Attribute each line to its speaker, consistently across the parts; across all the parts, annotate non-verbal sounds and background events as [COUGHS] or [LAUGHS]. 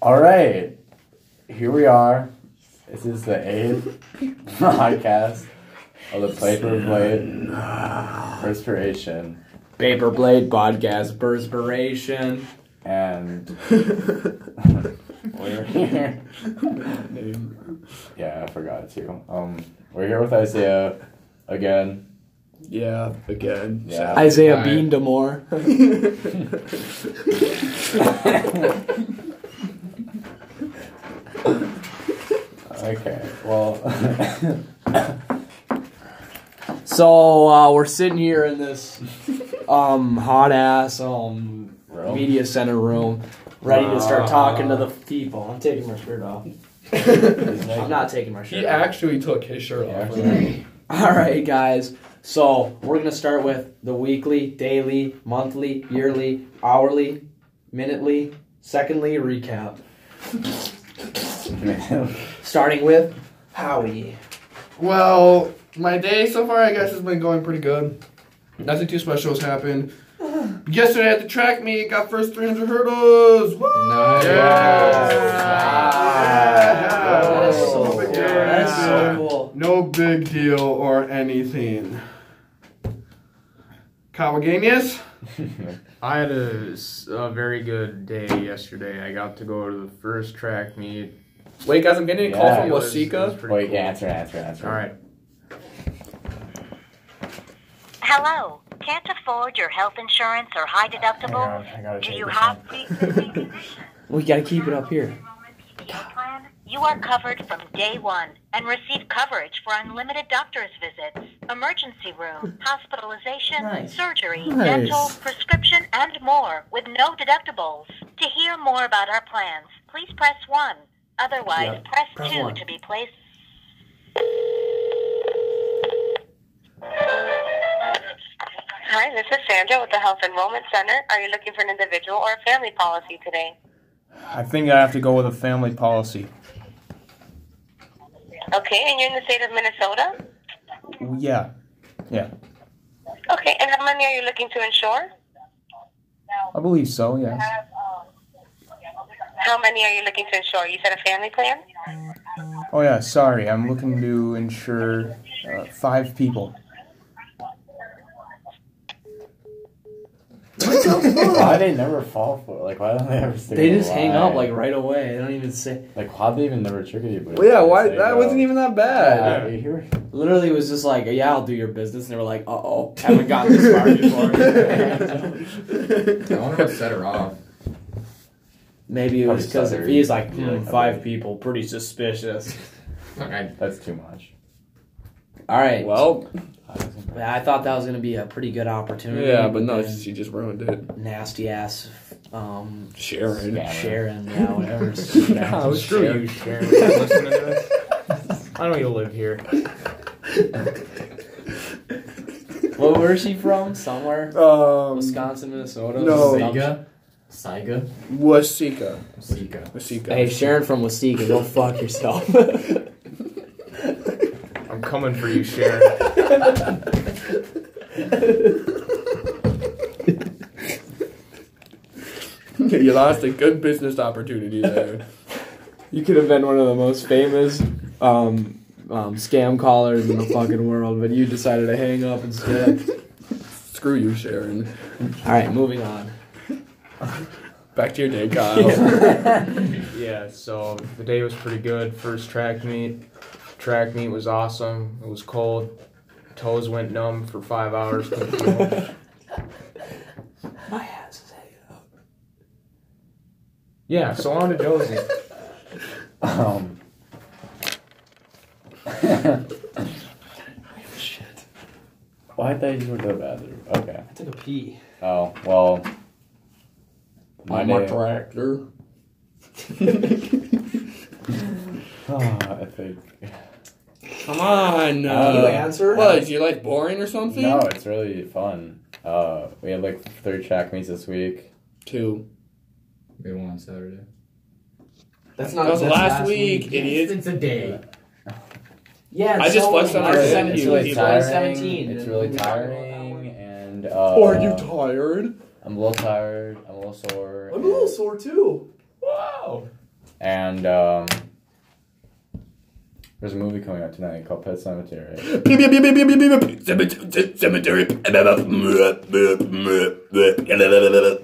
Speaker 1: All right, here we are. This is the eighth [LAUGHS] podcast of the Paper Blade Perspiration,
Speaker 2: Paper Blade Podcast Perspiration.
Speaker 1: and [LAUGHS] we're here. Yeah, I forgot to. Um, we're here with Isaiah again.
Speaker 3: [LAUGHS] Yeah, again.
Speaker 1: Yeah.
Speaker 2: Isaiah
Speaker 3: Hi.
Speaker 2: Bean Demore.
Speaker 1: [LAUGHS] Okay, well,
Speaker 2: [LAUGHS]
Speaker 1: [LAUGHS]
Speaker 2: So uh, we're sitting here in this um, hot ass um,
Speaker 1: Room? [LAUGHS]
Speaker 2: media center room, ready to
Speaker 3: Uh,
Speaker 2: start talking to the [LAUGHS] people. I'm taking my shirt off. I'm not taking my shirt.
Speaker 3: [LAUGHS] He
Speaker 2: off.
Speaker 3: actually took his shirt off.
Speaker 1: actually-
Speaker 2: All right, guys. So we're gonna start with the weekly, daily, monthly, yearly, hourly, minutely, secondly recap. Starting with Howie.
Speaker 3: Well, my day so far, I guess, has been going pretty good. Nothing too special has happened. Yesterday at the track meet, got first 300 hurdles. Woo!
Speaker 4: Nice.
Speaker 3: Yeah.
Speaker 2: That is so
Speaker 3: No
Speaker 2: cool.
Speaker 3: big
Speaker 2: That is so
Speaker 3: deal.
Speaker 2: cool.
Speaker 3: No big deal or anything. Cowagamius?
Speaker 4: I had a, s- a very good day yesterday. I got to go to the first track meet.
Speaker 3: Wait, guys, I'm getting
Speaker 1: a call Yeah.
Speaker 4: It
Speaker 1: from
Speaker 4: was- it was pretty
Speaker 1: Wait,
Speaker 4: cool.
Speaker 1: answer, answer, answer.
Speaker 4: All right.
Speaker 5: Hello. Can't afford your health insurance or high deductible? Do you have pre-existing conditions?
Speaker 2: We gotta keep it up here.
Speaker 5: PPO plan? You are covered from day one and receive coverage for unlimited doctor's visits, emergency room, hospitalization,
Speaker 2: Nice.
Speaker 5: surgery,
Speaker 2: Nice.
Speaker 5: dental, prescription, and more with no deductibles. To hear more about our plans, please press 1. Otherwise,
Speaker 2: Yep.
Speaker 5: press,
Speaker 2: Press
Speaker 5: 2
Speaker 2: one.
Speaker 5: to be placed. Hi, this is Sandra with the Health Enrollment Center. Are you looking for an individual or a family policy today?
Speaker 4: I think I have to go with a family policy.
Speaker 5: Okay, and you're in the state of Minnesota?
Speaker 4: Yeah. Yeah.
Speaker 5: Okay, and how many are you looking to insure?
Speaker 4: I believe so, yeah.
Speaker 5: How many are you looking to insure? You said a family plan?
Speaker 4: Oh, yeah. Sorry. I'm looking to insure uh, five
Speaker 3: [LAUGHS]
Speaker 4: people.
Speaker 1: Why they never fall for it? Like, why don't they ever stick
Speaker 2: They
Speaker 1: with
Speaker 2: just
Speaker 1: a
Speaker 2: hang up
Speaker 1: lie?
Speaker 2: like right away. They don't even say.
Speaker 1: Like, how'd they even never trigger you? But uh,
Speaker 3: that
Speaker 1: Yeah, you hear-
Speaker 2: Literally was just like, yeah, I'll do your business. And they were like, uh oh, haven't gotten this [LAUGHS] far before.
Speaker 3: [LAUGHS]
Speaker 6: I wonder what set her off.
Speaker 2: Maybe it was because if
Speaker 1: Probably
Speaker 2: he's like,
Speaker 1: Yeah,
Speaker 2: hmm,
Speaker 1: probably.
Speaker 2: five people, pretty
Speaker 3: [LAUGHS]
Speaker 2: suspicious.
Speaker 6: Okay.
Speaker 1: That's too much.
Speaker 2: All right.
Speaker 3: Well,
Speaker 2: [LAUGHS] Yeah, I thought that was gonna be a pretty good opportunity.
Speaker 3: yeah, but no,
Speaker 2: then
Speaker 3: she just ruined it.
Speaker 2: nasty ass. Um,
Speaker 3: Sharon.
Speaker 1: Yeah.
Speaker 3: [LAUGHS]
Speaker 2: Sharon, yeah, whatever.
Speaker 4: Oh,
Speaker 1: Sharon.
Speaker 4: screw you, Sharon. Are you listening to this? I don't even live here.
Speaker 2: Well, where's she from? Somewhere,
Speaker 3: [LAUGHS] Um,
Speaker 2: Wisconsin, Minnesota.
Speaker 3: No.
Speaker 2: Some-
Speaker 6: Saiga?
Speaker 3: Wasika.
Speaker 6: Sika.
Speaker 3: Wasika.
Speaker 2: Hey, Sharon from Wasika, [LAUGHS] go fuck yourself.
Speaker 4: I'm coming for you, Sharon.
Speaker 3: [LAUGHS] you lost a good business opportunity there.
Speaker 2: You could have been one of the most famous um, um, scam callers in the fucking world, but you decided to hang up instead.
Speaker 3: Screw you, Sharon.
Speaker 2: All right, moving on.
Speaker 3: Back to your day, Kyle.
Speaker 4: [LAUGHS] Yeah, so the day was pretty good. First track meet. Track meet was awesome. It was cold. Toes went numb for five
Speaker 2: [LAUGHS]
Speaker 4: hours. Couldn't feel.
Speaker 2: My ass is hanging up.
Speaker 4: Yeah, so on to Josie.
Speaker 1: Um,
Speaker 2: Shit,
Speaker 1: [LAUGHS] why did they just went to the bathroom? Okay.
Speaker 2: I took a pee.
Speaker 1: Oh well. My
Speaker 3: I'm a
Speaker 1: day-
Speaker 3: tractor.
Speaker 1: Oh, [SIGHS] I think.
Speaker 3: Come on.
Speaker 1: Can you
Speaker 2: answer?
Speaker 3: What? Do you like boring or something?
Speaker 1: No, it's really fun. Uh, we had like three track meets this week.
Speaker 3: Two.
Speaker 6: We won on Saturday.
Speaker 2: That's
Speaker 3: That was last, week, idiot.
Speaker 6: It's a day.
Speaker 2: Yeah,
Speaker 3: I just flexed on
Speaker 1: It's,
Speaker 3: our
Speaker 2: March
Speaker 3: day.
Speaker 1: it's
Speaker 2: 17th,
Speaker 1: really
Speaker 3: It's
Speaker 1: tiring.
Speaker 2: 2017.
Speaker 1: It's really tiring, and uh,
Speaker 3: Are you tired?
Speaker 1: I'm a little tired. I'm a little sore.
Speaker 2: sore too.
Speaker 4: Wow.
Speaker 1: And um, there's a movie coming out tonight called Pet Cemetery.
Speaker 7: [LAUGHS] Cemetery.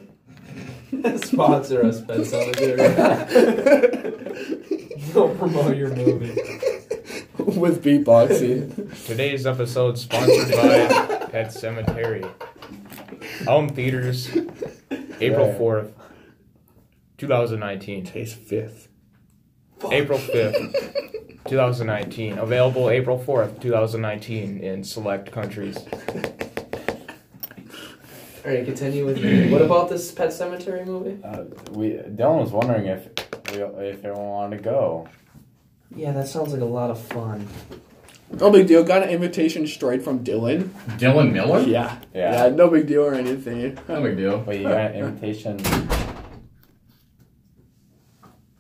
Speaker 2: [LAUGHS] Sponsor us, Pet
Speaker 7: [LAUGHS]
Speaker 6: [LAUGHS]
Speaker 2: Cemetery. Don't promote your movie.
Speaker 1: with beatboxing.
Speaker 4: Today's episode sponsored by Pet Cemetery. Home theaters, April
Speaker 1: Yeah.
Speaker 4: fourth, two thousand nineteen.
Speaker 7: Today's fifth.
Speaker 4: April fifth, two thousand nineteen. Available April fourth, two thousand nineteen, in select countries.
Speaker 2: All right, continue with you. What about this Pet Cemetery movie?
Speaker 1: Uh, we Dylan was wondering if we, if everyone wanted to go.
Speaker 2: Yeah, that sounds like a lot of fun.
Speaker 7: No big deal. Got an invitation straight from Dylan.
Speaker 6: Dylan Miller?
Speaker 7: Yeah.
Speaker 1: Yeah.
Speaker 7: no big deal or anything.
Speaker 6: No big deal.
Speaker 1: But you got an invitation.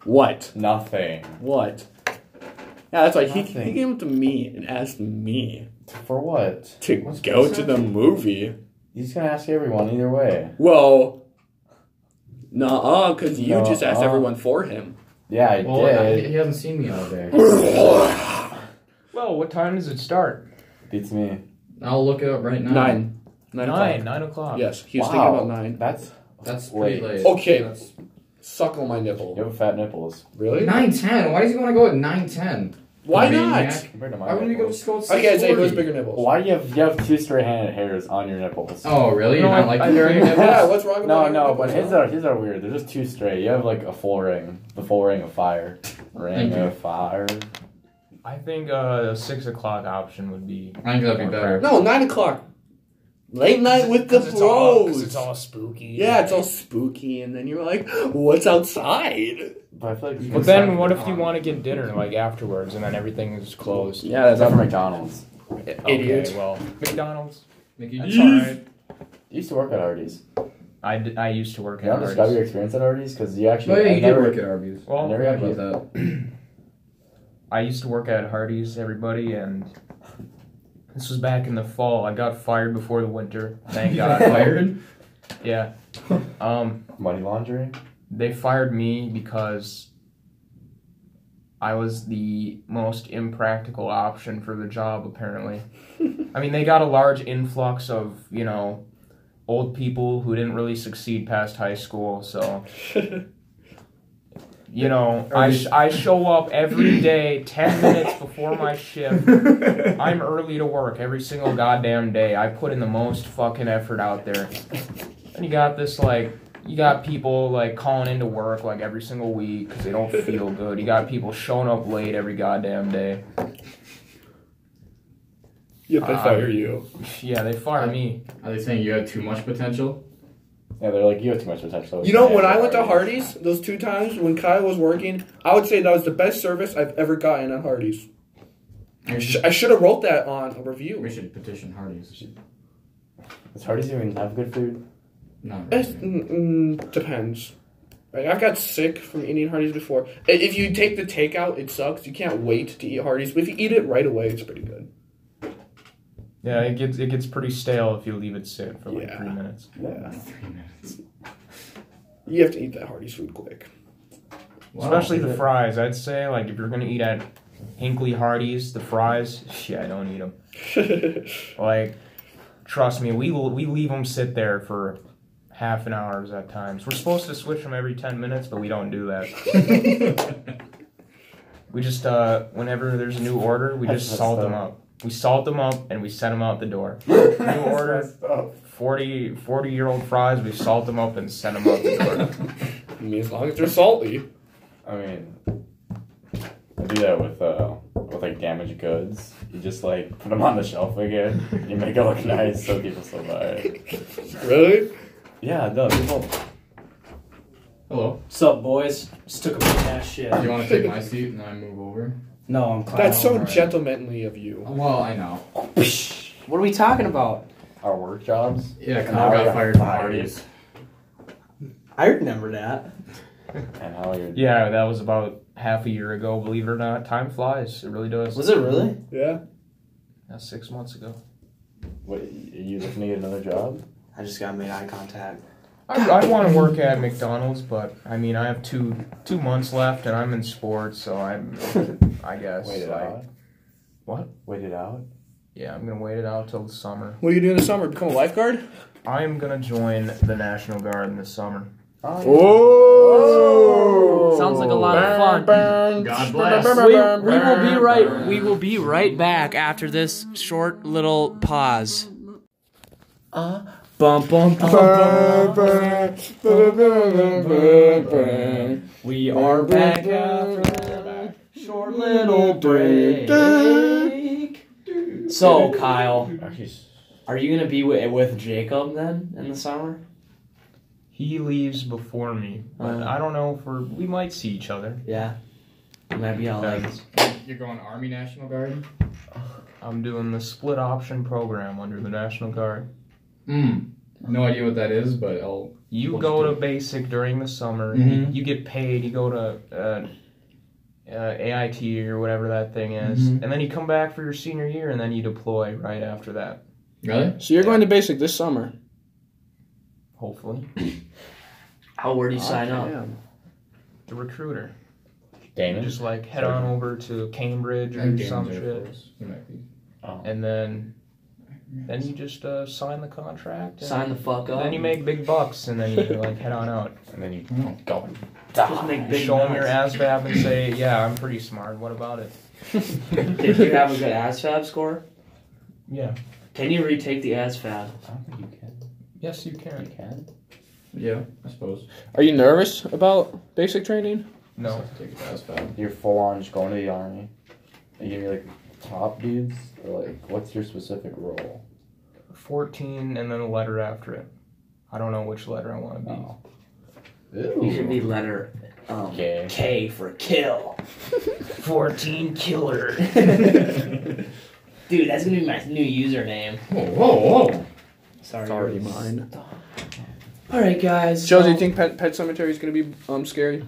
Speaker 7: What?
Speaker 1: Nothing.
Speaker 7: What? Yeah, that's why he, he
Speaker 1: Nothing.
Speaker 7: came up to me and asked me
Speaker 1: For what?
Speaker 7: to
Speaker 6: What's
Speaker 7: go
Speaker 6: that?
Speaker 7: to the movie.
Speaker 1: He's gonna ask everyone either way.
Speaker 7: Well, nah, because you just asked
Speaker 1: Nuh-uh.
Speaker 7: everyone
Speaker 1: [LAUGHS]
Speaker 7: for him.
Speaker 1: Yeah, I
Speaker 6: Well, I-
Speaker 2: [LAUGHS]
Speaker 1: did.
Speaker 6: he hasn't seen me all day.
Speaker 4: Well, what time does it start?
Speaker 1: Beats me.
Speaker 6: I'll look it up right now.
Speaker 7: Nine.
Speaker 4: Nine,
Speaker 7: Nine. o'clock.
Speaker 4: nine o'clock.
Speaker 7: Yes, he was
Speaker 1: Wow,
Speaker 7: thinking about nine.
Speaker 1: That's
Speaker 6: That's pretty
Speaker 1: Wait.
Speaker 6: late.
Speaker 7: Okay.
Speaker 6: That's...
Speaker 7: Suckle my nipple.
Speaker 1: you have fat nipples
Speaker 7: Really?
Speaker 6: Nine ten. Why does he want to go at nine ten?
Speaker 7: Why
Speaker 6: Maniac.
Speaker 7: not?
Speaker 1: compared to my.
Speaker 6: Why wouldn't we go
Speaker 1: nipples.
Speaker 6: just go at six
Speaker 7: Okay, I'd say
Speaker 6: forty?
Speaker 7: those bigger nipples.
Speaker 1: Why do you have you have two straight-handed hairs on your nipples?
Speaker 6: Oh really? You're
Speaker 4: No,
Speaker 6: not
Speaker 4: I-
Speaker 6: like
Speaker 4: I-
Speaker 6: the
Speaker 1: [LAUGHS]
Speaker 6: bigger [LAUGHS]
Speaker 1: yeah.
Speaker 6: nipples?
Speaker 7: Yeah, what's wrong with
Speaker 1: No,
Speaker 7: your
Speaker 1: no,
Speaker 7: nipples
Speaker 1: but his
Speaker 7: now?
Speaker 1: are his are weird. They're just two straight. You have like a full ring, the full ring of [LAUGHS] fire, ring
Speaker 6: Thank you.
Speaker 1: of fire.
Speaker 4: I think uh, the six o'clock option would be.
Speaker 6: I think that'd be better.
Speaker 7: No, nine o'clock. Late night with the
Speaker 4: 'Cause it's all- 'cause
Speaker 7: bros.
Speaker 4: It's all spooky.
Speaker 7: yeah, it's all spooky, and then you're like, "What's outside?"
Speaker 1: But I feel like you
Speaker 4: But
Speaker 1: can
Speaker 4: then, what if you want to get dinner like afterwards, and then everything is closed?
Speaker 1: Yeah, that's not for McDonald's.
Speaker 7: Idiot.
Speaker 4: Okay, well, McDonald's.
Speaker 6: Mickey,
Speaker 4: That's all right.
Speaker 1: You used to work at Arby's.
Speaker 4: I, d- I used to work
Speaker 1: Can you
Speaker 4: at
Speaker 1: want to describe
Speaker 4: Arby's.
Speaker 1: your experience at Arby's? Because you actually
Speaker 6: Oh yeah,
Speaker 1: I
Speaker 6: you did
Speaker 1: never-
Speaker 6: work at Arby's.
Speaker 1: I
Speaker 4: Well,
Speaker 1: never
Speaker 6: How
Speaker 1: got
Speaker 6: about
Speaker 1: you.
Speaker 6: that?
Speaker 4: I used to work at Hardee's, everybody, and this was back in the fall. I got fired before the winter. Thank [LAUGHS]
Speaker 6: You
Speaker 4: God.
Speaker 6: got fired.
Speaker 4: Yeah. Um,
Speaker 1: money laundering.
Speaker 4: they fired me because I was the most impractical option for the job, apparently. I mean, they got a large influx of, you know, old people who didn't really succeed past high school, so. You know, I, sh- I show up every day 10 minutes before my shift. I'm early to work every single goddamn day. I put in the most fucking effort out there. And you got this, like, you got people, like, calling into work, like, every single week because they don't feel good. You got people showing up late every goddamn day.
Speaker 7: Yep, I
Speaker 4: Um,
Speaker 7: fire you.
Speaker 4: Yeah, they fire me.
Speaker 6: Are they saying you had too much potential?
Speaker 1: Yeah, they're like you have too much potential.
Speaker 7: You know, when I went to Hardee's those two times when Kyle was working, I would say that was the best service I've ever gotten at Hardee's. I sh- I should have wrote that on a
Speaker 6: We
Speaker 7: review.
Speaker 6: should petition Hardee's.
Speaker 1: Does Hardee's even have good food? [LAUGHS]
Speaker 6: Not
Speaker 7: It's-
Speaker 6: really.
Speaker 7: mm, mm, depends. Like I've got sick from eating Hardee's before. I- If you take the takeout, it sucks. You can't wait to eat Hardee's, but if you eat it right away, it's pretty good.
Speaker 4: Yeah, it gets it gets pretty stale if you leave it sit for like
Speaker 7: Yeah.
Speaker 4: three minutes.
Speaker 1: Yeah.
Speaker 6: Three minutes.
Speaker 7: [LAUGHS] You have to eat that Hardee's food quick. [LAUGHS]
Speaker 6: Wow.
Speaker 4: Especially the fries. I'd say like if you're gonna eat at Hinkley Hardee's, the fries. [LAUGHS] Shit, I don't eat them. Like, trust me, we will, we leave them sit there for half an hours at times. We're supposed to switch them every ten minutes, but we don't do that.
Speaker 1: [LAUGHS]
Speaker 4: We just uh, whenever there's a new order, we
Speaker 1: That's
Speaker 4: just
Speaker 1: messed
Speaker 4: salt them
Speaker 1: up.
Speaker 4: up. We salt them up and we send them out
Speaker 1: [LAUGHS]
Speaker 4: the door. New order, 40, 40 year old fries. We salt them up and send them out the
Speaker 1: [LAUGHS]
Speaker 4: door.
Speaker 7: I mean, as long as they're salty.
Speaker 1: I mean, I do that with uh with like damaged goods. You just like put them on the shelf again. You make it look
Speaker 6: [LAUGHS]
Speaker 1: nice so people still buy it.
Speaker 7: Really?
Speaker 1: Yeah, no, people.
Speaker 6: Hello.
Speaker 2: Sup, boys? Just took a big ass shit.
Speaker 6: Do you want to take my seat and I move over?
Speaker 2: No, I'm Clown.
Speaker 7: That's so
Speaker 6: Alright.
Speaker 7: gentlemanly of you.
Speaker 6: Well, I know.
Speaker 2: What are we talking about?
Speaker 1: [LAUGHS] Our work jobs.
Speaker 6: Yeah,
Speaker 1: Now
Speaker 6: Kyle
Speaker 1: we
Speaker 6: got
Speaker 1: got
Speaker 6: fired from
Speaker 1: fired.
Speaker 6: Hardee's.
Speaker 2: I remember that.
Speaker 1: And how you're.
Speaker 4: Yeah, that was about half a year ago. Believe it or not, time flies. It really does.
Speaker 2: Was it really?
Speaker 7: Yeah.
Speaker 4: That's six months ago.
Speaker 1: What, are you looking to get another job?
Speaker 2: I just got made eye contact.
Speaker 4: I, I want to work at McDonald's, but I mean, I have two two months left, and I'm in sports, so I'm, I guess,
Speaker 1: Wait it
Speaker 4: like,
Speaker 1: out.
Speaker 4: What?
Speaker 1: Wait it out.
Speaker 4: yeah, I'm gonna wait it out till the summer.
Speaker 7: What are you doing this summer? Become a lifeguard?
Speaker 4: I am gonna join the National Guard in the summer.
Speaker 1: Oh!
Speaker 8: Sounds like a lot of fun.
Speaker 6: God bless.
Speaker 8: we, we will be right we will be right back after this short little pause
Speaker 2: Bum bum bum. We are back after short little break. So Kyle, are you gonna be with, with Jacob then in the summer?
Speaker 4: He leaves before me, but
Speaker 2: Uh.
Speaker 4: I don't know if we're we might see each other.
Speaker 2: Yeah. Might be all like
Speaker 6: You're going Army National Guard?
Speaker 4: I'm doing the split option program under the National Guard.
Speaker 6: Mm. No idea what that is, but I'll.
Speaker 4: You
Speaker 6: What's
Speaker 4: go
Speaker 6: the-
Speaker 4: to basic during the summer.
Speaker 6: Mhm.
Speaker 4: You, you get paid. You go to uh, uh, AIT or whatever that thing is,
Speaker 6: Mhm.
Speaker 4: and then you come back for your senior year, and then you deploy right after that.
Speaker 6: Really?
Speaker 7: So you're going to basic this summer.
Speaker 4: Hopefully,
Speaker 2: how where do you sign up?
Speaker 4: the recruiter. You
Speaker 1: Damon.
Speaker 4: just like head on over to Cambridge or
Speaker 6: And Damon's
Speaker 4: some
Speaker 6: Air
Speaker 4: shit,
Speaker 6: Force. He might be.
Speaker 1: Oh,
Speaker 4: and then then you just uh, sign the contract. And
Speaker 2: Sign the fuck up.
Speaker 4: Then you make big bucks, and then you like head on out.
Speaker 1: And then you
Speaker 6: No.
Speaker 1: go.
Speaker 2: Just make big
Speaker 4: Show
Speaker 2: [LAUGHS]
Speaker 4: them your
Speaker 2: nuts.
Speaker 4: ASVAB and say, "Yeah, I'm pretty smart. What about it?"
Speaker 2: Did you have a good ASFAB score?
Speaker 4: Yeah.
Speaker 2: Can you retake the ASFAB?
Speaker 1: I don't think you can.
Speaker 4: Yes, you can.
Speaker 1: You can.
Speaker 6: Yeah, I suppose.
Speaker 7: Are you nervous about basic training?
Speaker 4: No.
Speaker 6: Just have to Take it as fast.
Speaker 1: You're full on just going to the army. Are you gonna be like top dudes? Or like, what's your specific role?
Speaker 4: 14 and then a letter after it. I don't know which letter I want to be. [LAUGHS]
Speaker 1: Oh.
Speaker 2: You should be letter um,
Speaker 1: K.
Speaker 2: K for kill.
Speaker 4: 14 killer.
Speaker 2: Dude, that's gonna be my new username.
Speaker 6: Whoa, whoa, whoa.
Speaker 2: Sorry.
Speaker 7: mine.
Speaker 2: Alright guys.
Speaker 7: Joe, do you
Speaker 2: so-
Speaker 7: think Pet, Pet Cemetery is going to be um scary?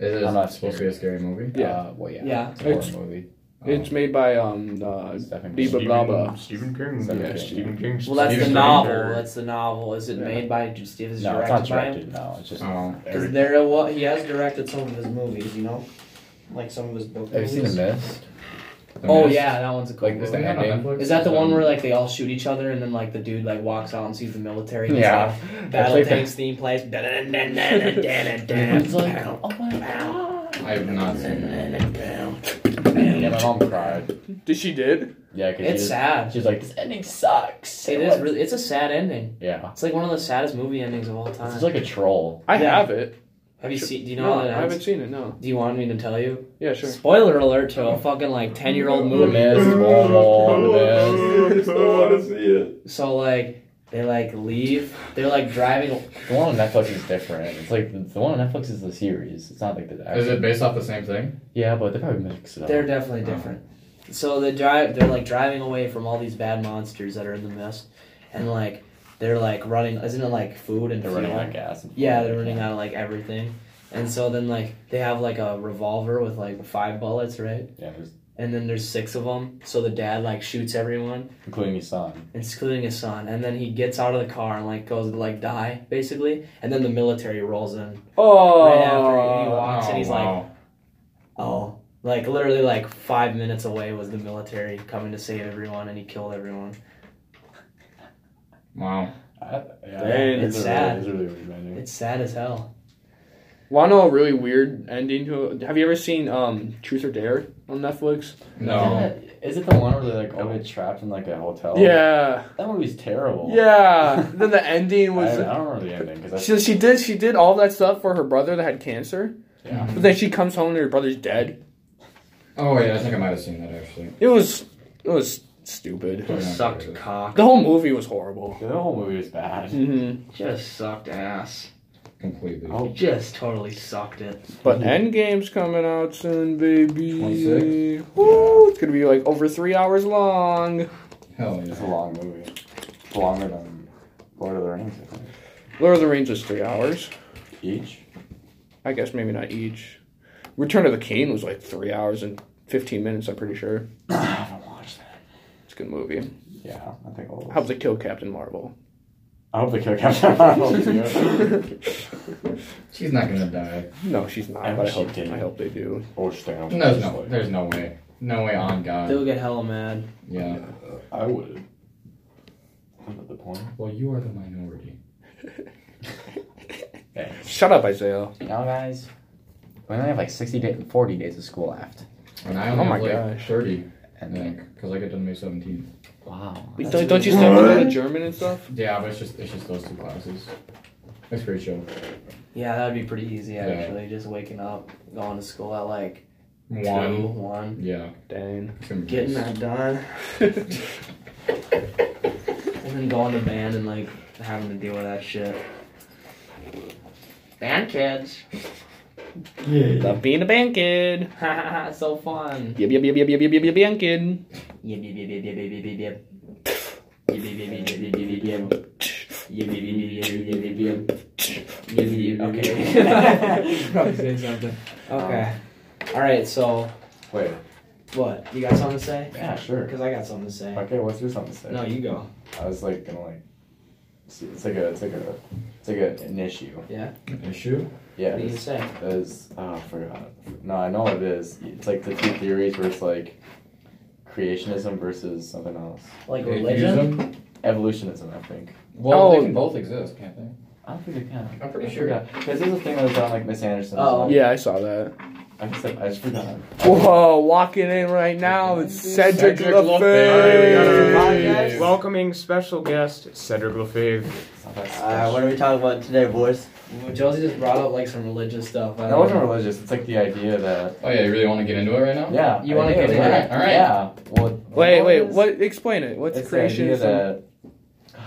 Speaker 6: It is
Speaker 1: I'm not
Speaker 6: supposed to be a scary movie.
Speaker 7: Yeah.
Speaker 1: Uh, well, yeah.
Speaker 2: [LAUGHS] Yeah.
Speaker 1: It's a horror
Speaker 7: It's-
Speaker 1: movie.
Speaker 7: It's made by um uh,
Speaker 1: Stephen
Speaker 7: Beba
Speaker 1: King.
Speaker 7: Blah Blah.
Speaker 4: Stephen King.
Speaker 1: Stephen
Speaker 4: Yeah,
Speaker 1: King.
Speaker 4: Stephen King.
Speaker 2: Well that's the
Speaker 6: Steven
Speaker 2: novel.
Speaker 4: Spielberg.
Speaker 2: That's the novel. Is it
Speaker 7: Yeah.
Speaker 2: made by just is it
Speaker 1: No, it's not
Speaker 2: directed, by him?
Speaker 1: directed. No, it's just.
Speaker 6: Oh.
Speaker 2: Because there what he has directed some of his movies, you know? Like some of his book
Speaker 1: Have you
Speaker 2: movies.
Speaker 1: seen The Mist?
Speaker 6: The
Speaker 2: Oh
Speaker 6: Mist.
Speaker 2: yeah, that one's a cool
Speaker 1: Like, is
Speaker 2: movie.
Speaker 1: the
Speaker 6: Yeah, on
Speaker 1: ending?
Speaker 6: Netflix.
Speaker 2: Is that the one
Speaker 6: Um,
Speaker 2: where like they all shoot each other and then like the dude like walks out and sees the military? And he's
Speaker 1: Yeah.
Speaker 2: Like,
Speaker 1: That's
Speaker 2: Battle
Speaker 1: like the-
Speaker 2: tanks theme plays. It's like, oh my god.
Speaker 6: I have not seen that.
Speaker 1: Yeah, my mom cried.
Speaker 7: Did she did?
Speaker 1: Yeah, cause
Speaker 2: It's
Speaker 1: she's,
Speaker 2: sad.
Speaker 1: she's like, this ending sucks.
Speaker 2: It is really. It's a sad ending.
Speaker 1: Yeah.
Speaker 2: It's like one of the saddest movie endings of all
Speaker 1: It's
Speaker 2: time.
Speaker 1: just like a troll.
Speaker 7: I
Speaker 2: Yeah.
Speaker 7: have it.
Speaker 2: Have you seen? Do you know
Speaker 7: No,
Speaker 2: how
Speaker 7: I
Speaker 2: that ends?
Speaker 7: haven't seen it. No.
Speaker 2: Do you want me to tell you?
Speaker 7: Yeah, sure.
Speaker 2: Spoiler alert to a fucking like ten year old
Speaker 1: The
Speaker 2: movie.
Speaker 1: Mist. Oh, The Mist.
Speaker 2: So like they like leave. They're like driving.
Speaker 1: The one on Netflix is different. It's like the, the one on Netflix is the series. It's not like the
Speaker 6: Is it based off the same thing?
Speaker 1: Yeah, but they probably mix it up.
Speaker 2: They're definitely different. So they drive. They're like driving away from all these bad monsters that are in the mist, and like they're like running. Isn't it like food and
Speaker 1: They're
Speaker 2: fuel?
Speaker 1: running out of gas. and-
Speaker 2: Yeah, they're running out of like everything. And so then like they have like a revolver with like five bullets, right?
Speaker 1: Yeah, there's,
Speaker 2: And then there's six of them. So the dad like shoots everyone,
Speaker 1: including his son.
Speaker 2: including his son. And then he gets out of the car and like goes to like die basically. And then the military rolls in.
Speaker 7: Oh.
Speaker 2: Right after he walks and he's like,
Speaker 6: wow.
Speaker 2: oh, like literally like five minutes away was the military coming to save everyone, and he killed everyone.
Speaker 6: Wow.
Speaker 1: I, yeah,
Speaker 7: Dang.
Speaker 2: It's
Speaker 1: Really, it's
Speaker 2: sad.
Speaker 1: a really weird ending.
Speaker 2: It's sad as hell.
Speaker 7: Want to know a really weird ending to? Have you ever seen um Truth or Dare on Netflix?
Speaker 6: No.
Speaker 1: Isn't it- Is it the one where they like all get trapped in like a hotel?
Speaker 7: Oh. Yeah.
Speaker 1: That movie's terrible.
Speaker 7: Yeah. [LAUGHS] then the ending
Speaker 1: I, I
Speaker 7: was.
Speaker 1: don't remember the ending because
Speaker 7: She, she did she did all that stuff for her brother that had cancer,
Speaker 1: yeah.
Speaker 7: but then she comes home and her brother's dead.
Speaker 6: Oh, wait, I think I might have seen that actually.
Speaker 7: It was it was stupid.
Speaker 6: Probably not
Speaker 2: Sucked
Speaker 6: good.
Speaker 2: cock.
Speaker 7: The whole movie was horrible.
Speaker 1: The whole movie is
Speaker 2: [LAUGHS]
Speaker 1: bad.
Speaker 7: Mm-hmm.
Speaker 2: Just sucked ass.
Speaker 6: Completely.
Speaker 1: Oh,
Speaker 2: Just totally sucked it.
Speaker 7: But Endgame's coming out soon, baby.
Speaker 6: 26?
Speaker 7: Woo, it's gonna be like over three hours long.
Speaker 6: Hell
Speaker 1: it's a
Speaker 6: yeah.
Speaker 1: long movie. It's longer than Lord of the Rings. I think.
Speaker 7: Lord of the Rings was three hours.
Speaker 1: Each.
Speaker 7: I guess maybe not each. Return of the King was like three hours and fifteen minutes. I'm pretty sure.
Speaker 1: [CLEARS THROAT] I haven't watched that.
Speaker 7: It's a good movie.
Speaker 1: Yeah, I think all. [LAUGHS]
Speaker 7: Helped to kill Captain Marvel.
Speaker 1: I hope the kill comes out. I hope
Speaker 7: [LAUGHS]
Speaker 1: [LAUGHS] you-
Speaker 6: She's not gonna die.
Speaker 7: No, she's not.
Speaker 1: I
Speaker 7: but I
Speaker 1: wish she
Speaker 7: hope
Speaker 1: did.
Speaker 7: I hope they do.
Speaker 1: Oh, just think I'm-
Speaker 6: No, there's no, there's no way. No way on God.
Speaker 2: They'll get hella mad.
Speaker 6: Yeah.
Speaker 1: I would. Not at the point.
Speaker 6: Well, you are the minority.
Speaker 7: Shut up, Isaiah.
Speaker 9: You know, guys, we only have like 60 days, 40 days of school left.
Speaker 6: And I only
Speaker 7: Oh my
Speaker 6: have like
Speaker 7: gosh. 17.
Speaker 6: thirty, I think, because I get done May 17th.
Speaker 9: Wow.
Speaker 7: Don't, don't you still have to go to German and stuff?
Speaker 6: Yeah, but it's just it's just those two classes. That's pretty chill.
Speaker 2: Yeah, that'd be pretty easy
Speaker 6: Yeah.
Speaker 2: actually. Just waking up, going to school at like two,
Speaker 6: One.
Speaker 2: one,
Speaker 6: Yeah.
Speaker 7: Dang. [LAUGHS]
Speaker 6: it's gonna be
Speaker 2: getting
Speaker 6: nice.
Speaker 2: that done, and then going to band and like having to deal with that shit. Band kids, [LAUGHS]
Speaker 7: Love being a band kid.
Speaker 2: so fun.
Speaker 7: Yep, yep, yep, yep, yep, yep, yep, yep, band kid.
Speaker 2: [LAUGHS] Yip, yip, yip, yip, yip, yip, yip, yip. Yip, yip, yip, yip, yip, yip, yip, yip. Yip, yip, yip, yip, yip, yip, yip, yip. Yip, yip, Okay. Probably say something. Okay. All right. So
Speaker 1: Wait.
Speaker 2: what? You got something to say?
Speaker 1: Yeah, sure.
Speaker 2: Because I got something to say.
Speaker 1: Okay, what's your something to say?
Speaker 2: No, you go.
Speaker 1: I was like gonna like. see, It's like a it's like a it's like a, an issue.
Speaker 6: issue.
Speaker 1: Yeah.
Speaker 2: What do you
Speaker 1: It's,
Speaker 2: say?
Speaker 1: it's, oh, I forgot. No, I know what it is. It's like the two theories where it's like creationism versus something else.
Speaker 2: Like religion?
Speaker 6: Atheism?
Speaker 1: Evolutionism, I think.
Speaker 6: Well,
Speaker 7: Oh.
Speaker 6: they can both exist, can't they?
Speaker 1: I don't think it can.
Speaker 6: I'm pretty
Speaker 1: I
Speaker 6: sure.
Speaker 1: forgot. Because there's a thing that was on like Miss Anderson.
Speaker 2: Oh.
Speaker 1: like,
Speaker 7: Yeah, I saw that.
Speaker 1: I just said I just forgot.
Speaker 7: Whoa, walking in right now, it's Cedric,
Speaker 6: Cedric
Speaker 7: LaFave.
Speaker 1: LaFave. Hey.
Speaker 4: Welcoming special guest Cedric LaFave.
Speaker 1: It's not that
Speaker 9: Uh, what are we talking about today, boys?
Speaker 2: Well, Josie just brought up like some religious stuff. I
Speaker 1: That
Speaker 2: don't
Speaker 1: wasn't
Speaker 2: know.
Speaker 1: religious. It's like the idea that
Speaker 6: Oh yeah, you really want to get into it right now?
Speaker 1: yeah.
Speaker 2: You wanna
Speaker 1: I
Speaker 2: get
Speaker 1: did,
Speaker 2: into
Speaker 1: yeah.
Speaker 6: it? All right.
Speaker 1: Yeah. Well,
Speaker 7: Wait,
Speaker 1: what
Speaker 7: wait,
Speaker 1: is-
Speaker 7: what? Explain it. What's
Speaker 1: It's the idea
Speaker 7: creationism?
Speaker 1: that. Oh,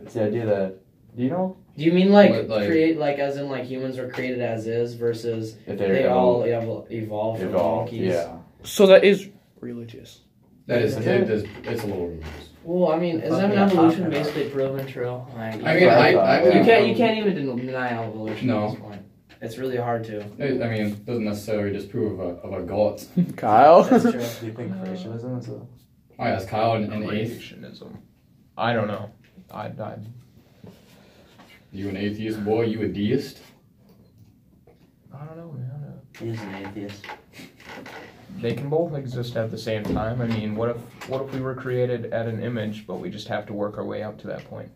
Speaker 1: It's the idea that. Do you know
Speaker 2: Do you mean like,
Speaker 6: What, like-
Speaker 2: create like as in like humans were created as is versus
Speaker 1: if
Speaker 2: they
Speaker 1: they're
Speaker 2: all evo- evolved from
Speaker 1: evolved?
Speaker 2: monkeys?
Speaker 1: Yeah.
Speaker 7: so that is religious.
Speaker 6: That is,
Speaker 1: Yeah.
Speaker 6: it is it's a little religious.
Speaker 2: Well, I mean,
Speaker 1: Fucking
Speaker 2: isn't
Speaker 1: hot
Speaker 2: evolution
Speaker 1: now.
Speaker 2: basically proven true? Like,
Speaker 6: I mean, I, I would-
Speaker 2: you can't you can't even den- deny evolution at
Speaker 6: No.
Speaker 2: this point. It's really hard to.
Speaker 6: I mean, it doesn't necessarily disprove of a, of a god.
Speaker 7: Kyle?
Speaker 2: [LAUGHS] That's true.
Speaker 1: Do you think creationism is a?
Speaker 6: Oh yeah, it's Kyle and, and Ace.
Speaker 4: Creationism. I don't know. I, I
Speaker 6: You an atheist boy? You a deist?
Speaker 4: I don't know, man.
Speaker 9: He's an atheist.
Speaker 4: They can both exist at the same time. I mean, what if what if we were created at an image, but we just have to work our way up to that point?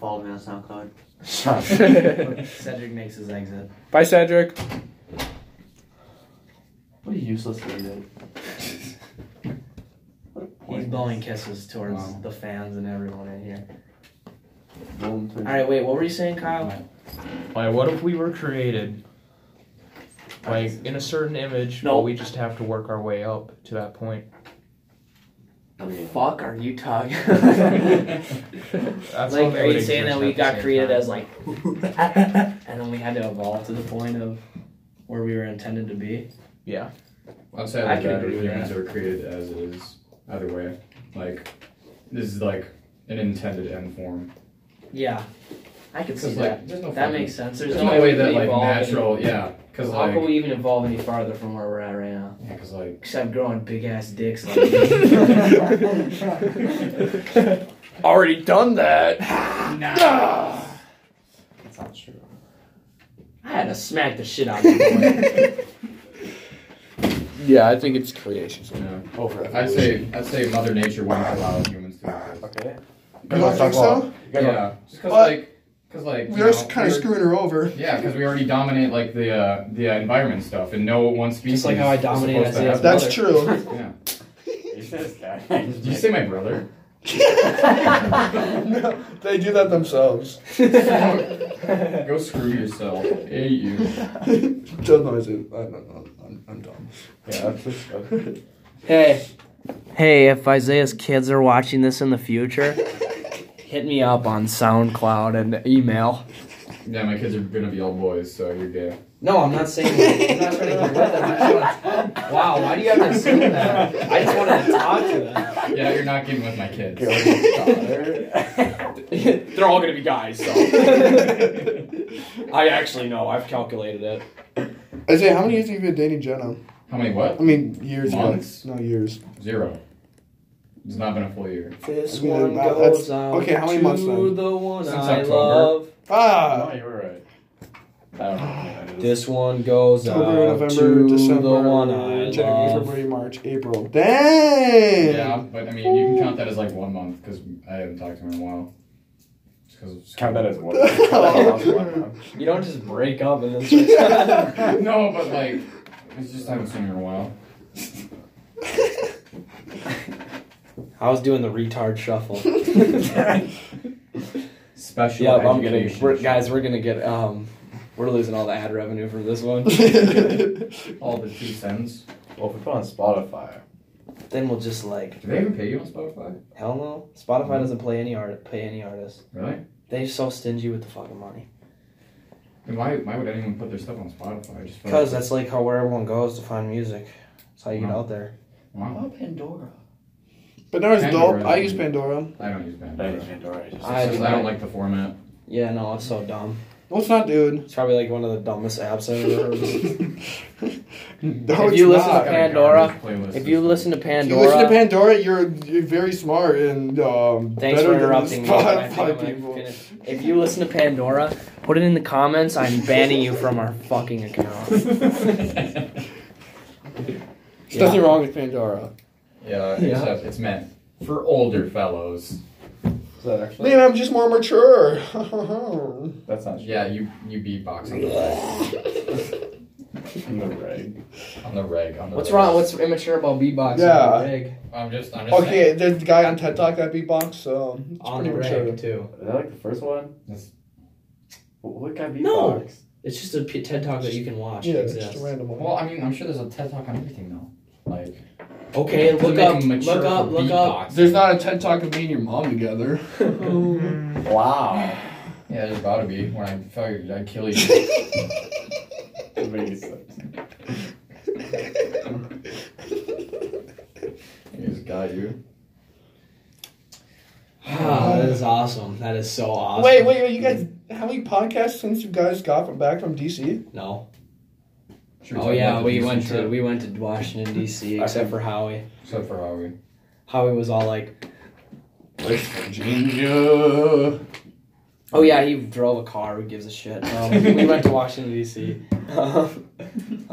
Speaker 9: Follow me on SoundCloud.
Speaker 2: Cedric makes his exit.
Speaker 7: [LAUGHS] Bye, [LAUGHS] Cedric.
Speaker 1: [LAUGHS] What a useless [LAUGHS] idiot.
Speaker 2: He's
Speaker 1: Pointless.
Speaker 2: blowing kisses towards
Speaker 6: Wow.
Speaker 2: the fans and everyone in here.
Speaker 1: Boom, please.
Speaker 2: All right, wait, what were you saying, Kyle?
Speaker 4: Like, what if we were created like in a certain image,
Speaker 2: No.
Speaker 4: but we just have to work our way up to that point?
Speaker 1: I [LAUGHS] mean,
Speaker 2: Fuck, are you [LAUGHS] talking?
Speaker 4: That's how
Speaker 2: like,
Speaker 4: they
Speaker 2: are
Speaker 4: would
Speaker 2: you
Speaker 4: exist
Speaker 2: saying that
Speaker 4: at
Speaker 2: we
Speaker 4: the
Speaker 2: got
Speaker 4: same
Speaker 2: created
Speaker 4: time.
Speaker 2: as like, [LAUGHS]
Speaker 6: [LAUGHS]
Speaker 2: and then we had to evolve to the point of where we were intended to be?
Speaker 4: Yeah.
Speaker 6: I'm sad
Speaker 2: I
Speaker 6: that
Speaker 2: can
Speaker 6: that
Speaker 2: agree with
Speaker 6: humans
Speaker 2: that.
Speaker 6: are created as is. Either way, like this is like an intended end form.
Speaker 2: Yeah, I could see
Speaker 6: Because
Speaker 2: that.
Speaker 6: like, there's no
Speaker 2: That
Speaker 6: fucking-
Speaker 2: makes sense. There's,
Speaker 6: There's, no
Speaker 2: we
Speaker 6: way that like
Speaker 2: evolve any-
Speaker 6: natural, yeah. Because
Speaker 2: How
Speaker 6: like,
Speaker 2: can we even evolve any farther from where we're at right now?
Speaker 6: yeah, 'cause, like,
Speaker 2: Except growing big ass dicks. [LAUGHS] Like me.
Speaker 7: Already done that.
Speaker 1: that's not true.
Speaker 2: I had to smack the shit out of you.
Speaker 7: [SIGHS] Yeah, I think it's creationism. [LAUGHS]
Speaker 6: yeah.
Speaker 1: Over.
Speaker 6: I'd say I'd say Mother Nature wouldn't allow humans to exist.
Speaker 1: Okay.
Speaker 3: You don't think so?
Speaker 6: Yeah, just because
Speaker 3: But-
Speaker 6: like, because like,
Speaker 3: We
Speaker 6: you
Speaker 3: are
Speaker 6: know,
Speaker 3: kind of
Speaker 6: we're-
Speaker 3: screwing her over.
Speaker 6: Yeah, because we already dominate like the uh, the uh, environment stuff, and no one species.
Speaker 2: like how I
Speaker 6: is
Speaker 2: dominate
Speaker 6: supposed to
Speaker 2: Isaiah's
Speaker 6: have-
Speaker 3: That's true.
Speaker 6: Yeah.
Speaker 1: You said it's [LAUGHS] bad.
Speaker 6: Did you say my brother?
Speaker 3: no, they do that themselves.
Speaker 6: Go screw yourself. Hey you.
Speaker 3: Joe knows it. I don't know. I'm, I'm dumb.
Speaker 1: Yeah, that's [LAUGHS] just. that's-
Speaker 2: [LAUGHS] hey,
Speaker 8: Hey, if Isaiah's kids are watching this in the
Speaker 2: [LAUGHS]
Speaker 8: future,
Speaker 2: hit me up on SoundCloud and email.
Speaker 6: Yeah, my kids are gonna be all boys, so you're gay.
Speaker 2: No, I'm not saying. I'm not trying to get rid of them. I just wanna- Wow, why do you have to assume
Speaker 6: [LAUGHS]
Speaker 2: that? I just wanted to [LAUGHS] talk to them.
Speaker 6: Yeah, you're not getting with my kids.
Speaker 1: Kill your daughter.
Speaker 2: [LAUGHS] They're all gonna be guys. So. I actually know. I've calculated it.
Speaker 3: Isaiah, how many years have you been dating Jenna?
Speaker 6: How many? What?
Speaker 3: I mean, years. ago.
Speaker 6: Months?
Speaker 3: No, years.
Speaker 6: Zero. It's not been a full year.
Speaker 2: This
Speaker 7: Yeah,
Speaker 2: one
Speaker 7: wow,
Speaker 2: goes
Speaker 7: that's-
Speaker 2: out
Speaker 7: okay, how many
Speaker 2: to
Speaker 7: months then?
Speaker 2: the one
Speaker 6: Since
Speaker 2: I
Speaker 6: October.
Speaker 2: love.
Speaker 7: Ah,
Speaker 1: no, you were right. I don't know. what that is.
Speaker 2: This one goes
Speaker 7: October,
Speaker 2: out
Speaker 7: November,
Speaker 2: to
Speaker 7: December,
Speaker 2: the one I
Speaker 7: January,
Speaker 2: love.
Speaker 7: February, March, April. Dang.
Speaker 6: Yeah,
Speaker 7: [LAUGHS]
Speaker 6: but I mean, you can count that as like one month because I haven't talked to him in a while. Just 'cause- just
Speaker 1: Count [LAUGHS] that as one.
Speaker 2: [LAUGHS] You don't just break up and then [LAUGHS] start
Speaker 6: [LAUGHS] no, but like, it's just I haven't seen him in a while.
Speaker 2: I was doing the retard [LAUGHS] shuffle.
Speaker 6: Special
Speaker 2: yeah, I'm
Speaker 6: education.
Speaker 2: getting. We're, guys, we're gonna get. Um, we're losing all the ad revenue from this [LAUGHS] one.
Speaker 6: all the two cents.
Speaker 1: Well, if we put on Spotify,
Speaker 2: then we'll just like
Speaker 6: Do they even pay you on Spotify?
Speaker 2: hell no. Spotify doesn't play any art. Pay any artist.
Speaker 6: Really?
Speaker 2: They so stingy with the fucking money.
Speaker 6: And why, why would anyone put their stuff on Spotify? Just for-
Speaker 2: Cause that's like how where everyone goes to find music. That's how you get
Speaker 6: Wow.
Speaker 2: out there.
Speaker 6: Wow.
Speaker 2: Pandora?
Speaker 7: But now it's
Speaker 6: Pandora.
Speaker 7: dope. I use Pandora.
Speaker 6: I don't use Bandcamp.
Speaker 1: thanks, Pandora. Just,
Speaker 2: I-
Speaker 6: It's just I don't like the format.
Speaker 2: Yeah, no, it's so dumb.
Speaker 7: No, it's not,
Speaker 2: [LAUGHS]
Speaker 7: dude. [LAUGHS]
Speaker 2: It's probably like one of the dumbest apps I've ever [LAUGHS] heard. of.
Speaker 7: No,
Speaker 2: If you
Speaker 7: it's
Speaker 2: listen
Speaker 7: not.
Speaker 2: to Pandora, if you
Speaker 7: If you listen
Speaker 2: listen to
Speaker 7: to
Speaker 2: Pandora,
Speaker 7: Pandora, you're you're very smart and um,
Speaker 2: thanks for
Speaker 7: better than the
Speaker 2: interrupting me. I think I'm
Speaker 7: Spotify
Speaker 2: gonna
Speaker 7: people.
Speaker 2: finish. If you listen to Pandora, put it in the comments. I'm banning you from our fucking account. [LAUGHS]
Speaker 7: There's nothing wrong with Pandora.
Speaker 6: [LAUGHS] yeah,
Speaker 2: Yeah.
Speaker 6: except it's meant for older fellows.
Speaker 1: is that actually?
Speaker 7: Man, I'm just more mature. [LAUGHS]
Speaker 1: That's not
Speaker 6: Yeah, you you beatbox on the reg.
Speaker 1: in the reg.
Speaker 6: On the reg. On the
Speaker 2: What's
Speaker 6: reg.
Speaker 2: wrong? What's immature about beatboxing?
Speaker 7: Yeah.
Speaker 2: On the rig.
Speaker 6: I'm just. I'm just.
Speaker 7: okay, there's a guy on TED Talk that beatbox, so it's
Speaker 2: On the
Speaker 7: pretty mature.
Speaker 2: rig too.
Speaker 1: Is that like the first one?
Speaker 6: That's-
Speaker 1: What, what guy beatbox?
Speaker 2: No. It's just a P- TED talk that you can watch.
Speaker 7: Yeah,
Speaker 2: it
Speaker 7: it's just
Speaker 2: exists.
Speaker 7: a random one.
Speaker 6: Well, I mean, I'm sure there's a TED talk on everything though. Like,
Speaker 2: Okay,
Speaker 6: doesn't
Speaker 2: look
Speaker 6: make
Speaker 2: up,
Speaker 6: them mature
Speaker 2: look up,
Speaker 6: for
Speaker 2: look up.
Speaker 6: beatboxing.
Speaker 7: There's not a TED Talk of me and your mom [LAUGHS] together.
Speaker 1: Wow.
Speaker 6: Yeah, there's about to be. When I figured I'd kill
Speaker 2: [LAUGHS]
Speaker 6: you.
Speaker 1: Amazing.
Speaker 6: he just got you.
Speaker 2: [LAUGHS] Ah, that is awesome. That is so awesome.
Speaker 7: Wait, wait, wait! You guys, how many podcasts since you guys got from back from DC?
Speaker 2: No.
Speaker 6: Should
Speaker 2: Oh
Speaker 6: talk
Speaker 2: yeah,
Speaker 6: about the
Speaker 2: we
Speaker 6: Houston
Speaker 2: went to
Speaker 6: trip?
Speaker 2: we went to Washington D.C.
Speaker 1: I
Speaker 2: except
Speaker 1: think-
Speaker 2: for Howie.
Speaker 6: Except for Howie.
Speaker 2: Howie was all like,
Speaker 1: West Virginia.
Speaker 2: "Oh yeah, he drove a car. Who gives a shit?" Um, we went to Washington D.C. Um, [LAUGHS] um,
Speaker 6: It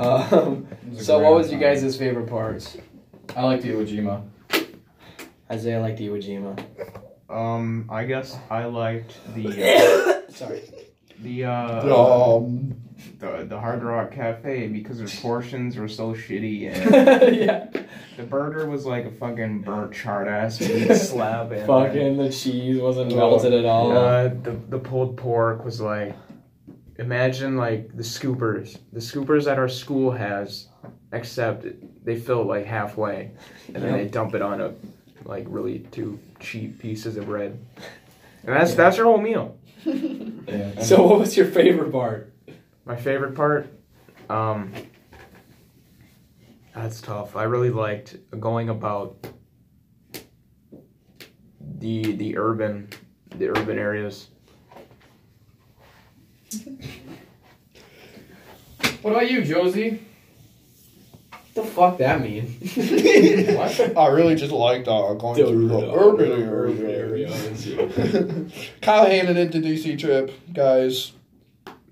Speaker 6: a
Speaker 2: so,
Speaker 6: great
Speaker 2: what was you
Speaker 6: time.
Speaker 2: guys' favorite parts?
Speaker 6: I liked Iwo Jima.
Speaker 2: Isaiah liked Iwo Jima.
Speaker 4: Um, I guess I liked the uh,
Speaker 2: [COUGHS] Sorry.
Speaker 4: the uh,
Speaker 7: Um,
Speaker 4: the the Hard Rock Cafe because their portions were so shitty and
Speaker 2: [LAUGHS] yeah.
Speaker 4: the burger was like a fucking burnt charred
Speaker 2: [LAUGHS]
Speaker 4: ass meat slab and
Speaker 2: Fucking the cheese wasn't melted at all.
Speaker 4: Uh, the the pulled pork was like, imagine like the scoopers, the scoopers that our school has, except they fill it like halfway, and then they dump it on a, like really two cheap pieces of bread, and that's that's your whole meal.
Speaker 6: Yeah.
Speaker 2: So, what was your favorite part?
Speaker 4: My favorite part, um, that's tough. I really liked going about the the urban the urban areas.
Speaker 6: What about you, Josie?
Speaker 2: The fuck that mean? [LAUGHS]
Speaker 6: What?
Speaker 7: I really just liked uh, going through the urban area. [LAUGHS] Kyle hated it the DC trip, guys.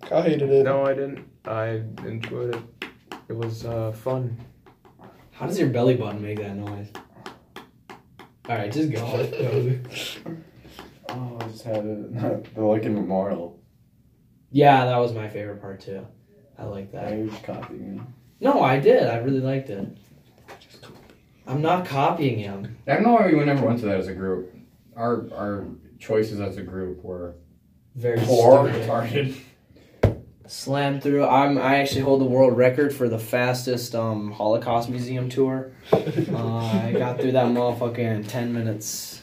Speaker 7: Kyle hated it.
Speaker 4: No, I didn't. I enjoyed it. It was uh, fun.
Speaker 2: How does your belly button make that noise? All right, just go.
Speaker 1: Oh, I just had it. [LAUGHS] the Lincoln Memorial.
Speaker 2: yeah, that was my favorite part too. I like
Speaker 1: Now
Speaker 2: that.
Speaker 1: you're just copying me.
Speaker 2: No, I did. I really liked it. I'm not copying him.
Speaker 6: I don't know why we never went to that as a group. Our our choices as a group were
Speaker 2: Very
Speaker 6: poor, [LAUGHS]
Speaker 2: stupid.
Speaker 6: retarded.
Speaker 2: Slam through. I'm. I actually hold the world record for the fastest um, Holocaust museum
Speaker 6: [LAUGHS]
Speaker 2: tour. Uh, I got through that motherfucker in ten minutes,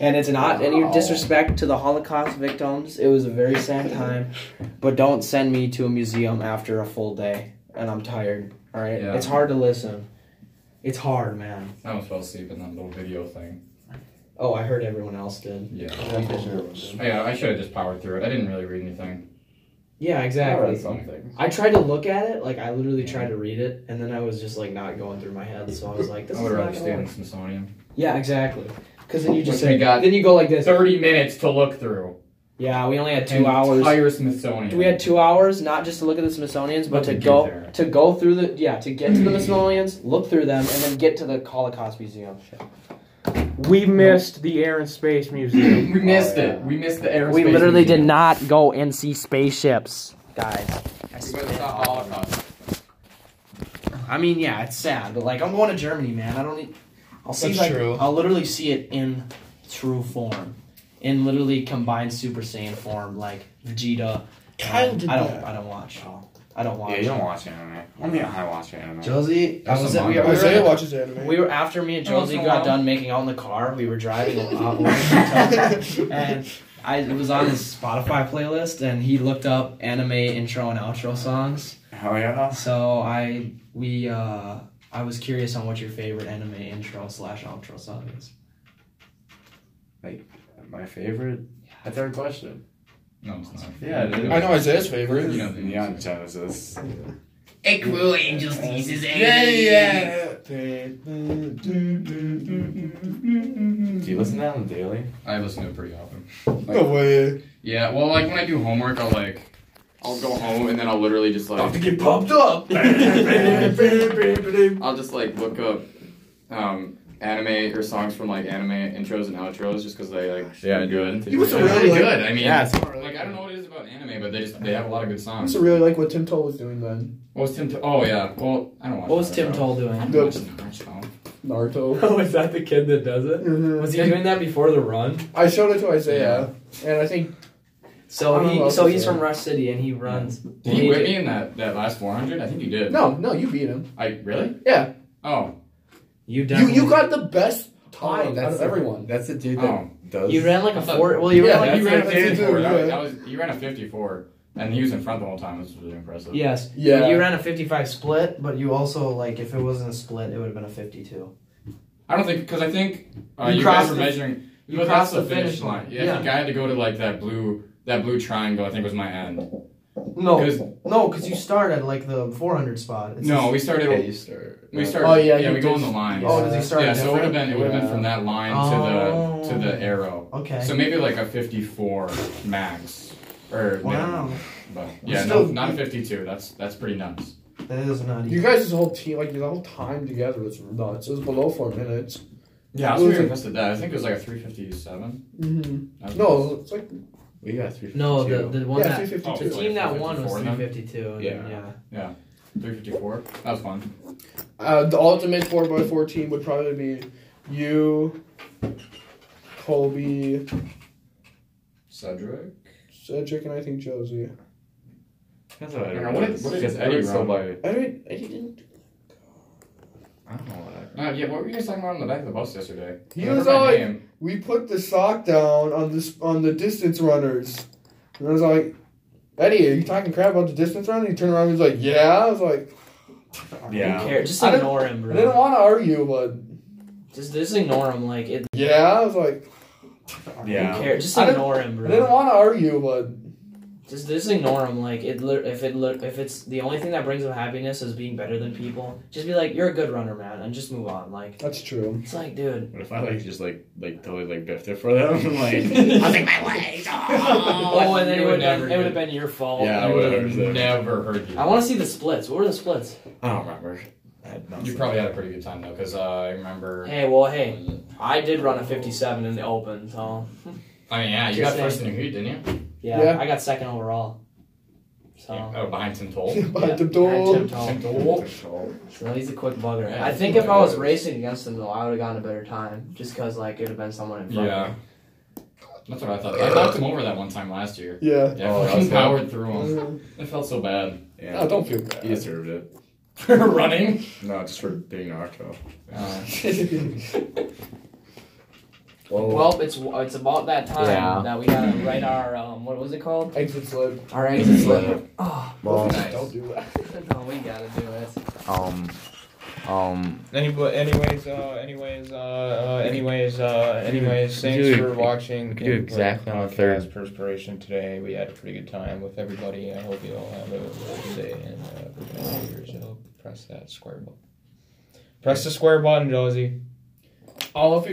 Speaker 2: and it's not any
Speaker 1: Wow.
Speaker 2: disrespect to the Holocaust victims. It was a very
Speaker 6: [LAUGHS]
Speaker 2: sad time, but don't send me to a museum after a full day, and I'm tired. All right,
Speaker 6: Yeah.
Speaker 2: it's hard to listen. It's hard, man.
Speaker 6: I almost fell asleep in that little video thing.
Speaker 2: Oh, I heard everyone else did.
Speaker 6: Yeah. Oh,
Speaker 1: I
Speaker 6: Yeah, I should have just powered through it. I didn't really read anything.
Speaker 2: Yeah,
Speaker 1: read
Speaker 2: exactly.
Speaker 1: something.
Speaker 2: I tried to look at it, like I literally tried to read it, and then I was just like not going through my head, so I was like, "This
Speaker 6: I
Speaker 2: is
Speaker 6: would
Speaker 2: not
Speaker 6: rather
Speaker 2: gonna
Speaker 6: stay in
Speaker 2: work.
Speaker 6: the Smithsonian.
Speaker 2: Yeah, exactly. Because then you just
Speaker 6: Which we
Speaker 2: say,
Speaker 6: got-
Speaker 2: then you go like this.
Speaker 6: Thirty minutes to look through.
Speaker 2: Yeah, we only had two
Speaker 6: An
Speaker 2: hours.
Speaker 6: Entire Smithsonian.
Speaker 2: We had two hours, not just to look at the Smithsonian's, but
Speaker 6: Look
Speaker 2: to
Speaker 6: and get
Speaker 2: go
Speaker 6: there.
Speaker 2: to go through the yeah to get to the Smithsonian's, look through them, and then get to the Holocaust Museum.
Speaker 4: We missed the Air and Space Museum.
Speaker 6: We missed
Speaker 1: Oh, yeah.
Speaker 6: it. We missed the aerospace.
Speaker 2: We literally did
Speaker 6: museum.
Speaker 2: not go and see spaceships, guys. I
Speaker 6: We
Speaker 2: swear.
Speaker 6: missed the Holocaust.
Speaker 2: I mean, yeah, it's sad, but like I'm going to Germany, man. I don't need. I'll see.
Speaker 7: That's
Speaker 2: like,
Speaker 7: true.
Speaker 2: I'll literally see it in true form, in literally combined Super Saiyan form, like Vegeta.
Speaker 7: Kyle
Speaker 2: Um,
Speaker 7: did
Speaker 2: I don't.
Speaker 7: that.
Speaker 2: I don't watch. all. I don't watch.
Speaker 9: Yeah, you don't watch anime. Only I watch anime.
Speaker 2: Josie, I
Speaker 6: There's
Speaker 2: was
Speaker 6: some
Speaker 2: at, we, were- we were
Speaker 7: Isaiah
Speaker 2: at-
Speaker 7: watches anime.
Speaker 2: we were after me and
Speaker 6: Oh,
Speaker 2: Josie
Speaker 6: so
Speaker 2: got
Speaker 6: long.
Speaker 2: done making out in the car. We were driving [LAUGHS] a lot, and I it was on his Spotify playlist, and he looked up anime intro and outro songs.
Speaker 9: Hell yeah.
Speaker 2: So I we uh I was curious on what your favorite anime intro slash outro song is.
Speaker 9: My favorite? That's our question.
Speaker 6: No, it's not.
Speaker 9: Yeah, it is.
Speaker 7: I know Isaiah's favorite.
Speaker 6: You know, the
Speaker 9: Neon Genesis.
Speaker 2: Ekru Angels Thesis
Speaker 7: Yeah, yeah.
Speaker 9: Do you listen to that on the daily?
Speaker 6: I listen to it pretty often.
Speaker 7: No way.
Speaker 6: Yeah, well, like when I do homework, I'll like, I'll go home and then I'll literally just like,
Speaker 7: get pumped
Speaker 6: [LAUGHS]
Speaker 7: up.
Speaker 6: I'll just like look up, um, anime or songs from like anime intros and outros just because they like yeah good.
Speaker 7: You must
Speaker 6: They're
Speaker 7: have really
Speaker 6: really
Speaker 7: liked-
Speaker 6: good. I mean,
Speaker 7: Yeah, it's not really
Speaker 6: like I don't know what it is about anime, but they just they have a lot of good songs.
Speaker 7: That's really like what Tim Toll was doing then.
Speaker 6: What was Tim? To- oh yeah. Well, I don't watch.
Speaker 2: What was
Speaker 6: Naruto.
Speaker 2: Tim Toll
Speaker 6: I
Speaker 2: doing?
Speaker 6: don't watch Naruto.
Speaker 7: Naruto.
Speaker 2: [LAUGHS] was that the kid that does it?
Speaker 7: Mhm.
Speaker 2: he doing that before the run?
Speaker 7: I showed it to Isaiah, and I think I
Speaker 2: So
Speaker 7: don't know
Speaker 2: he
Speaker 7: what
Speaker 2: so
Speaker 7: else
Speaker 2: he's
Speaker 7: to
Speaker 2: from
Speaker 7: say.
Speaker 2: Rush City and he runs.
Speaker 6: Did you whip me in that that last 400? I think you did.
Speaker 7: no, no, you beat him.
Speaker 6: I really?
Speaker 7: Yeah,
Speaker 6: Oh.
Speaker 2: You
Speaker 7: you
Speaker 2: definitely
Speaker 7: you got the best time out
Speaker 1: that's
Speaker 7: of
Speaker 1: the-
Speaker 7: everyone.
Speaker 1: That's the dude that
Speaker 6: Oh.
Speaker 1: does.
Speaker 2: you ran like a
Speaker 6: I thought-
Speaker 2: four. Well, you
Speaker 7: Yeah,
Speaker 2: ran like
Speaker 6: you ran a
Speaker 7: that's it,
Speaker 6: 54. That was,
Speaker 7: yeah.
Speaker 6: that was you ran a 54, and he was in front the whole time. It was really impressive.
Speaker 2: yes.
Speaker 7: Yeah.
Speaker 2: You ran a 55 split, but you also like if it wasn't a split, it would have been a 52.
Speaker 6: I don't think because I think uh,
Speaker 2: You
Speaker 6: you,
Speaker 2: crossed
Speaker 6: guys were
Speaker 2: the-
Speaker 6: measuring.
Speaker 2: you
Speaker 6: but
Speaker 2: crossed
Speaker 6: that's
Speaker 2: the finish line.
Speaker 6: Yeah,
Speaker 2: Yeah.
Speaker 6: I think I had to go to like that blue that blue triangle. I think was my end.
Speaker 2: No,
Speaker 6: 'Cause-
Speaker 2: no, because you start at like the 400 spot. It's
Speaker 6: no, we started.
Speaker 1: Yeah, you start.
Speaker 6: We started.
Speaker 7: Oh, yeah,
Speaker 6: yeah.
Speaker 7: you
Speaker 6: We go on
Speaker 7: did-
Speaker 6: the line.
Speaker 2: Oh, does he start?
Speaker 6: yeah, so it would have
Speaker 2: different?
Speaker 6: been it would have
Speaker 7: Yeah.
Speaker 6: been from that line
Speaker 2: Oh.
Speaker 6: to the to the arrow.
Speaker 2: Okay.
Speaker 6: So maybe like a 54 max or
Speaker 2: wow,
Speaker 6: minimum. But yeah,
Speaker 7: Still-
Speaker 6: no, not a 52. That's that's pretty nuts.
Speaker 2: that is not
Speaker 7: You
Speaker 2: easy.
Speaker 7: guys' whole team, like the whole time together, was nuts. It was below four minutes.
Speaker 6: Yeah,
Speaker 7: What
Speaker 6: I was
Speaker 7: was
Speaker 6: really
Speaker 7: it?
Speaker 6: impressed at that. I think it was like a 357.
Speaker 7: Mm-hmm.
Speaker 6: That was-
Speaker 7: No, it's like
Speaker 1: We got three.
Speaker 2: No, the the one
Speaker 7: yeah, three
Speaker 2: that
Speaker 7: fifty
Speaker 6: Oh,
Speaker 2: the
Speaker 7: two.
Speaker 6: it's
Speaker 2: team that won was
Speaker 6: 354 then?
Speaker 2: 352. and
Speaker 1: Yeah.
Speaker 2: yeah.
Speaker 6: 354. That was fun.
Speaker 2: oh.
Speaker 7: Uh, the ultimate four by four team would probably be you, Colby,
Speaker 6: Cedric.
Speaker 7: Cedric, and I think Josie.
Speaker 9: That's what I
Speaker 6: Yeah, what is- what is Eddie
Speaker 9: so
Speaker 6: Rowan?
Speaker 9: by?
Speaker 7: I don't. I didn't.
Speaker 9: I don't know what I.
Speaker 6: Uh, yeah, what were you guys talking about on the back of the bus yesterday?
Speaker 7: He
Speaker 6: Remember
Speaker 7: was
Speaker 6: my
Speaker 7: like-
Speaker 6: name.
Speaker 7: We put the sock down on this on the distance runners, and I was like, Eddie, are you talking crap about the distance runner? He turned around and he was like, Yeah. I was like,
Speaker 2: Who
Speaker 9: Yeah.
Speaker 2: cares? Just
Speaker 7: I don't-
Speaker 2: ignore him,
Speaker 7: I didn't
Speaker 2: bro.
Speaker 7: want to argue, but
Speaker 2: Just just ignore him. Like it.
Speaker 7: yeah. I was like,
Speaker 2: Who
Speaker 9: Yeah.
Speaker 2: cares? Just
Speaker 7: I don't-
Speaker 2: ignore him,
Speaker 7: I
Speaker 2: bro.
Speaker 7: didn't want to argue, but
Speaker 2: Just just ignore him. Like it. lit- If it. lit- If it's the only thing that brings him happiness is being better than people, just be like, you're a good runner, man, and just move on. Like
Speaker 7: that's true.
Speaker 2: it's like, dude.
Speaker 9: What if I like just like like totally like biffed it for them? [LAUGHS] like
Speaker 6: I'll
Speaker 9: take my legs.
Speaker 2: Oh, and then
Speaker 6: You
Speaker 2: it
Speaker 6: would
Speaker 2: would
Speaker 6: never
Speaker 2: it would have
Speaker 6: get-
Speaker 2: been your fault.
Speaker 9: Yeah, I
Speaker 2: You
Speaker 9: would
Speaker 2: would've-
Speaker 9: have. Cedric.
Speaker 6: Never heard you.
Speaker 2: I want to see the splits. What were the splits?
Speaker 9: I don't remember. I had no
Speaker 6: You
Speaker 9: clue.
Speaker 6: probably had a pretty good time though, because uh, I remember.
Speaker 2: Hey, well, hey, I did run a 57 in the open, so
Speaker 6: I mean, yeah, you
Speaker 2: Just
Speaker 6: got first in your heat, didn't you?
Speaker 2: yeah,
Speaker 7: Yeah.
Speaker 2: I got second overall. So
Speaker 6: Oh, behind Tim Toll.
Speaker 7: Behind the
Speaker 2: I
Speaker 7: door.
Speaker 2: tipped home.
Speaker 6: Toll.
Speaker 2: So he's a quick bugger.
Speaker 6: Yeah,
Speaker 2: I think
Speaker 6: he's
Speaker 2: if I was
Speaker 6: good.
Speaker 2: racing against him though, I would have gotten a better time, just cause like it would have been someone in front. of
Speaker 6: Yeah.
Speaker 2: me.
Speaker 6: That's what I thought. I knocked him over that one time last year.
Speaker 7: Yeah.
Speaker 6: Yeah,
Speaker 9: Oh, that
Speaker 6: fucking
Speaker 9: was
Speaker 6: powered through him.
Speaker 3: [LAUGHS]
Speaker 7: Uh,
Speaker 6: It felt so bad. [LAUGHS]
Speaker 9: Yeah.
Speaker 3: Oh,
Speaker 7: no, don't feel bad.
Speaker 9: You deserved it.
Speaker 6: Running.
Speaker 9: No, just for being knocked off.
Speaker 6: Uh,
Speaker 2: Well, it's it's about that time
Speaker 9: Yeah.
Speaker 2: that we gotta write our um what was it called?
Speaker 7: Exit slip.
Speaker 2: Our exit slip.
Speaker 9: Well,
Speaker 6: Nice.
Speaker 7: Don't do that.
Speaker 2: [LAUGHS] no, we gotta do it.
Speaker 9: um, um,
Speaker 4: Anyway, anyways, uh, anyways, uh, uh, anyways, uh, anyways, thanks
Speaker 9: Dude,
Speaker 4: for watching.
Speaker 9: could do exactly on the third.
Speaker 4: Podcast Perspiration today. We had a pretty good time with everybody. I hope you all have a good day and uh, we're gonna see yourself. press that square button. Press the square button, Josie.
Speaker 7: All of you